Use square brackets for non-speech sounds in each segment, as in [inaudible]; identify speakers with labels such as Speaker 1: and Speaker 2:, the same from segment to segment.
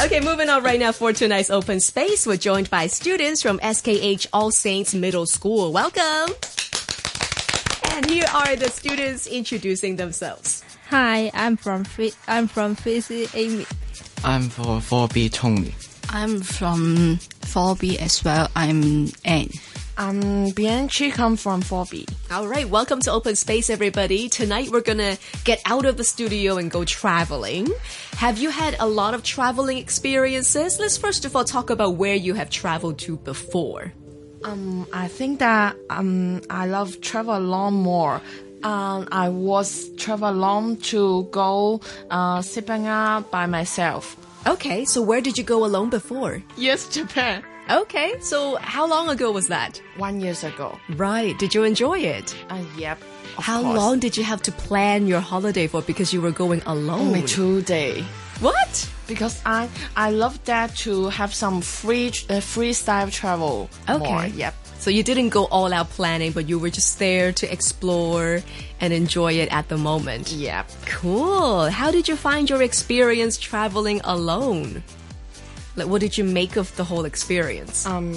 Speaker 1: Okay, moving on right now for tonight's open space. We're joined by students from SKH All Saints Middle School. Welcome. And here are the students introducing themselves.
Speaker 2: Hi, I'm from Fri- I'm from Fizzy Amy.
Speaker 3: I'm for 4B Tony.
Speaker 4: I'm from 4B as well. I'm Anne.
Speaker 5: I'm Bianchi, Um, come from 4B.
Speaker 1: All right, welcome to Open Space, everybody. Tonight we're gonna get out of the studio and go traveling. Have you had a lot of traveling experiences? Let's first of all talk about where you have traveled to before.
Speaker 5: Um, I think that um, I love travel along more. Um, I was travel along to go uh, Sibanga by myself.
Speaker 1: Okay, so where did you go alone before?
Speaker 5: Yes, Japan.
Speaker 1: Okay, so how long ago was that?
Speaker 5: One years ago.
Speaker 1: Right, did you enjoy it?
Speaker 5: Uh, yep.
Speaker 1: Mm.
Speaker 5: of
Speaker 1: How
Speaker 5: course.
Speaker 1: long did you have to plan your holiday for because you were going alone?
Speaker 5: Only two day.
Speaker 1: What?
Speaker 5: Because I I love that to have some free uh, freestyle travel. More.
Speaker 1: Okay.
Speaker 5: Yep.
Speaker 1: So you didn't go all out planning, but you were just there to explore and enjoy it at the moment.
Speaker 5: Yep.
Speaker 1: Cool. How did you find your experience traveling alone? Like, what did you make of the whole experience?
Speaker 5: Um,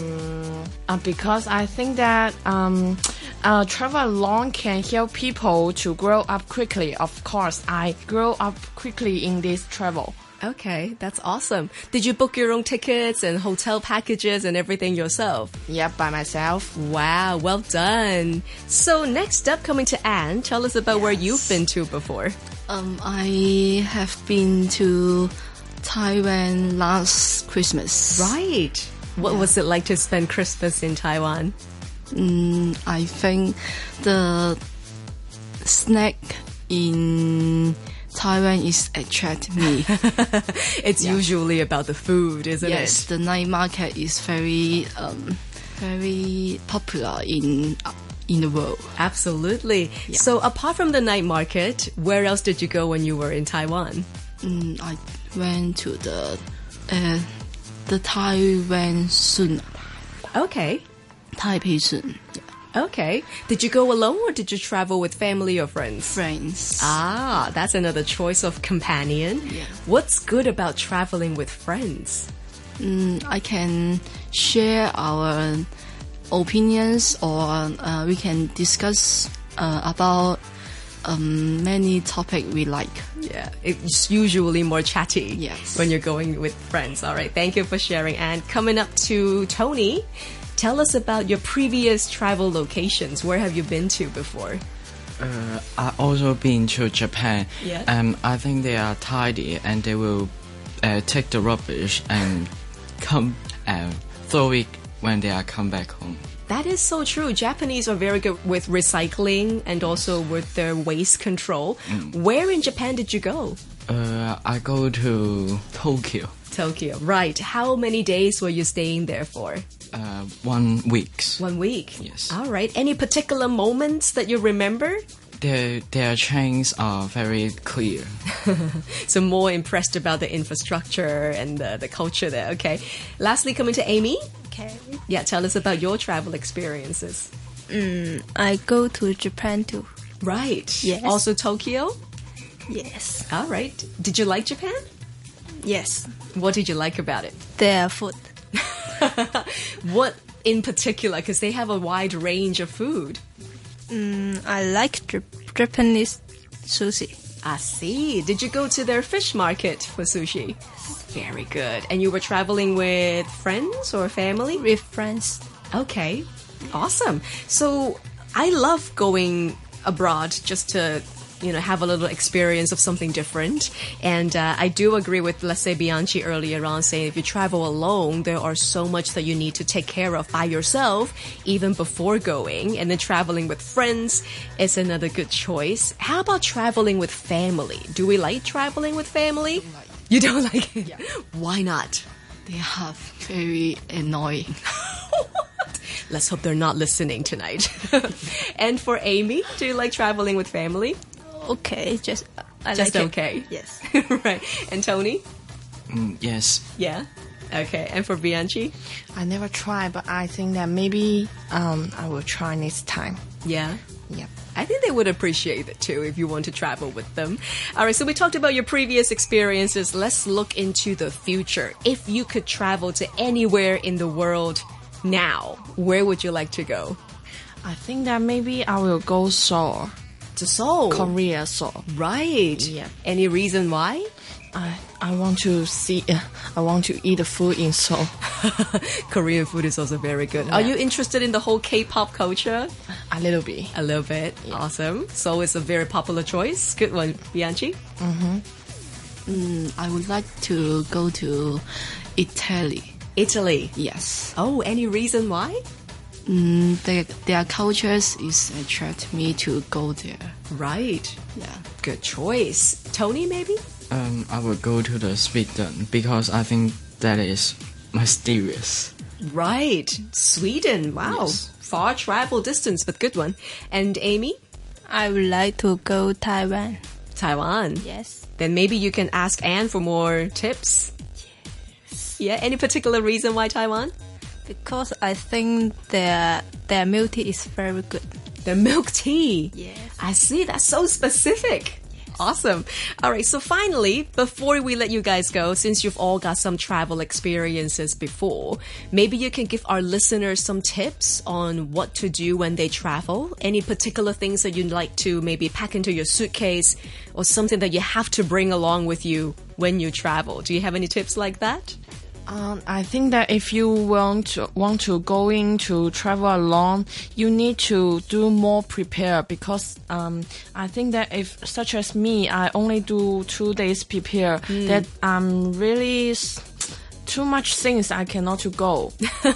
Speaker 5: uh, because I think that um, uh, travel alone can help people to grow up quickly. Of course, I grow up quickly in this travel.
Speaker 1: okay, that's awesome. Did you book your own tickets and hotel packages and everything yourself?
Speaker 5: Yeah, by myself.
Speaker 1: Wow, well done. So, next up, coming to Anne, tell us about where you've been to before.
Speaker 4: Um, I have been to Taiwan last Christmas.
Speaker 1: Right. What was it like to spend Christmas in Taiwan?
Speaker 4: I think the snack in Taiwan is attract me.
Speaker 1: It's usually about the food, isn't
Speaker 4: yes,
Speaker 1: it?
Speaker 4: the night market is very um, very popular in uh, in the world.
Speaker 1: Absolutely. So, apart from the night market, where else did you go when you were in Taiwan?
Speaker 4: Mm, I went to the uh, the Taiwan Sun,
Speaker 1: Okay.
Speaker 4: Taipei Sun.
Speaker 1: Okay. Did you go alone or did you travel with family or friends?
Speaker 4: friends.
Speaker 1: Ah, that's another choice of companion.
Speaker 4: Yeah.
Speaker 1: What's good about traveling with friends?
Speaker 4: Mm, I can share our opinions or uh, we can discuss uh, about um, many topic we like.
Speaker 1: Yeah, it's usually more chatty
Speaker 4: Yes.
Speaker 1: when you're going with friends. All right, thank you for sharing. And coming up to Tony, tell us about your previous travel locations. Where have you been to before?
Speaker 3: Uh, I also been to Japan.
Speaker 1: Yeah.
Speaker 3: Um, I think they are tidy and they will uh, take the rubbish and come and throw it when they are come back home.
Speaker 1: That is so true. Japanese are very good with recycling and also with their waste control. Where in Japan did you go?
Speaker 3: Uh, I go to Tokyo
Speaker 1: Tokyo. Right. How many days were you staying there for?
Speaker 3: uh, one weeks.
Speaker 1: One week.
Speaker 3: Yes.
Speaker 1: All right. Any particular moments that you remember?
Speaker 3: Their their trains are very clear.
Speaker 1: [laughs] So more impressed about the infrastructure and the, the culture there. Okay. Lastly, coming to Amy.
Speaker 2: Okay.
Speaker 1: Yeah, tell us about your travel experiences.
Speaker 2: I go to Japan too.
Speaker 1: Right.
Speaker 2: Yes.
Speaker 1: Also Tokyo.
Speaker 2: Yes.
Speaker 1: All right. Did you like Japan?
Speaker 2: Yes.
Speaker 1: What did you like about it?
Speaker 2: Their food.
Speaker 1: What in particular? Because they have a wide range of food.
Speaker 2: Mm, I like Jap- Japanese sushi.
Speaker 1: I see. Did you go to their fish market for sushi? Very good. And you were traveling with friends or family?
Speaker 2: With friends.
Speaker 1: Okay, awesome. So I love going abroad just to you know have a little experience of something different and uh, i do agree with let's say bianchi earlier on saying if you travel alone there are so much that you need to take care of by yourself even before going and then traveling with friends is another good choice how about traveling with family do we like traveling with family you don't [laughs] like it why not
Speaker 4: They are very annoying.
Speaker 1: Let's hope they're not listening tonight. [laughs] and for Amy, do you like traveling with family? [laughs]
Speaker 2: Okay. Just I
Speaker 1: Just
Speaker 2: like it.
Speaker 1: okay.
Speaker 2: Yes.
Speaker 1: right. And Tony?
Speaker 3: Mm, yes.
Speaker 1: Yeah. Okay. And for Bianchi?
Speaker 5: I never tried, but I think that maybe um, I will try next time.
Speaker 1: Yeah. Yep. I think they would appreciate it too if you want to travel with them. All right, so we talked about your previous experiences. Let's look into the future. If you could travel to anywhere in the world now, where would you like to go?
Speaker 5: I think that maybe I will go Seoul,
Speaker 1: To Seoul.
Speaker 5: Korea, Seoul.
Speaker 1: right.
Speaker 5: Yeah.
Speaker 1: Any reason why?
Speaker 5: I I want to see. [laughs] I want to eat the food in Seoul. [laughs]
Speaker 1: [laughs] Korean food is also very good. Are you interested in the whole K-pop culture?
Speaker 5: A little bit.
Speaker 1: A little bit. Awesome. Seoul is a very popular choice. Good one, Bianchi.
Speaker 4: I would like to go to Italy.
Speaker 1: Italy.
Speaker 4: Yes,
Speaker 1: Oh, any reason why?
Speaker 4: mm, their their cultures is attract me to go there.
Speaker 1: Right.
Speaker 4: Yeah.
Speaker 1: Good choice. Tony, maybe?
Speaker 3: Um, I would go to the Sweden because I think that is mysterious.
Speaker 1: Right. Sweden. Wow.
Speaker 3: Yes.
Speaker 1: Far travel distance, but good one. And Amy?
Speaker 2: I would like to go Taiwan.
Speaker 1: Taiwan.
Speaker 2: Yes.
Speaker 1: Then maybe you can ask Anne for more tips. Yeah, any particular reason why Taiwan?
Speaker 2: Because I think their their milk tea is very good.
Speaker 1: The milk tea.
Speaker 2: Yes.
Speaker 1: I see. That's so specific. Awesome. All right. So finally, before we let you guys go, since you've all got some travel experiences before, maybe you can give our listeners some tips on what to do when they travel. Any particular things that you'd like to maybe pack into your suitcase or something that you have to bring along with you when you travel? Do you have any tips like that?
Speaker 5: Um, I think that if you want to, want to go in to travel alone, you need to do more prepare because um, I think that if such as me, I only do two days prepare. That I'm really s- too much things I cannot to go.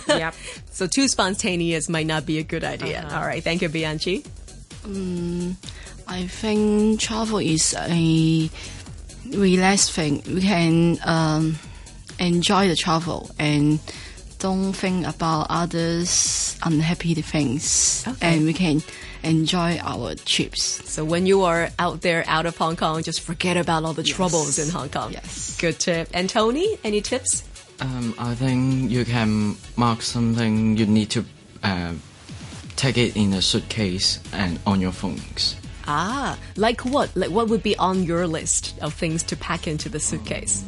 Speaker 5: yep.
Speaker 1: So too spontaneous might not be a good idea. All right. Thank you, Bianchi.
Speaker 4: I think travel is a relaxed thing. We can um, enjoy the travel and don't think about others' unhappy things.
Speaker 1: Okay.
Speaker 4: And we can enjoy our trips.
Speaker 1: So when you are out there, out of Hong Kong, just forget about all the troubles in Hong Kong.
Speaker 4: Yes.
Speaker 1: Good tip. And Tony, any tips?
Speaker 3: Um, I think you can mark something you need to uh, take it in a suitcase and on your phones.
Speaker 1: Ah, like what? Like what would be on your list of things to pack into the
Speaker 4: [laughs]
Speaker 1: suitcase?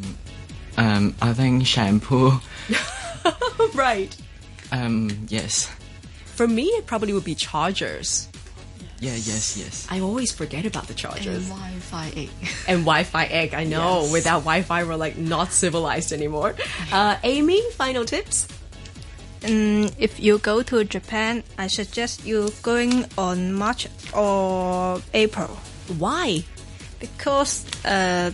Speaker 3: Um, I think shampoo.
Speaker 1: right.
Speaker 3: Um, yes.
Speaker 1: For me, it probably would be chargers.
Speaker 3: Yeah, yes, yes.
Speaker 1: I always forget about the chargers.
Speaker 4: And Wi-Fi [laughs] 8.
Speaker 1: And Wi-Fi egg, I know. Without Wi-Fi, we're like not civilized anymore. Uh, Amy, final tips?
Speaker 2: Mm, if you go to Japan, I suggest you going on March or April
Speaker 1: Why?
Speaker 2: because uh,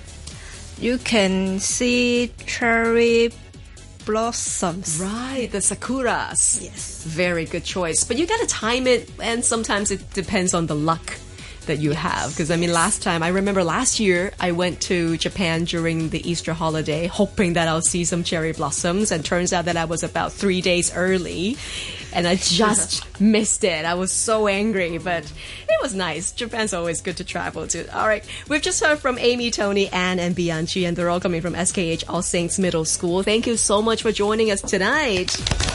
Speaker 2: you can see cherry blossoms.
Speaker 1: Right, the sakuras.
Speaker 2: Yes.
Speaker 1: Very good choice. But you gotta time it, and sometimes it depends on the luck that you have. Because I mean, last time, I remember last year, I went to Japan during the Easter holiday, hoping that I'll see some cherry blossoms, and turns out that I was about three days early, and I just missed it. I was so angry, but it was nice. Japan's always good to travel to. All right, we've just heard from Amy, Tony, Anne, and Bianchi, and they're all coming from SKH All Saints Middle School. Thank you so much for joining us tonight.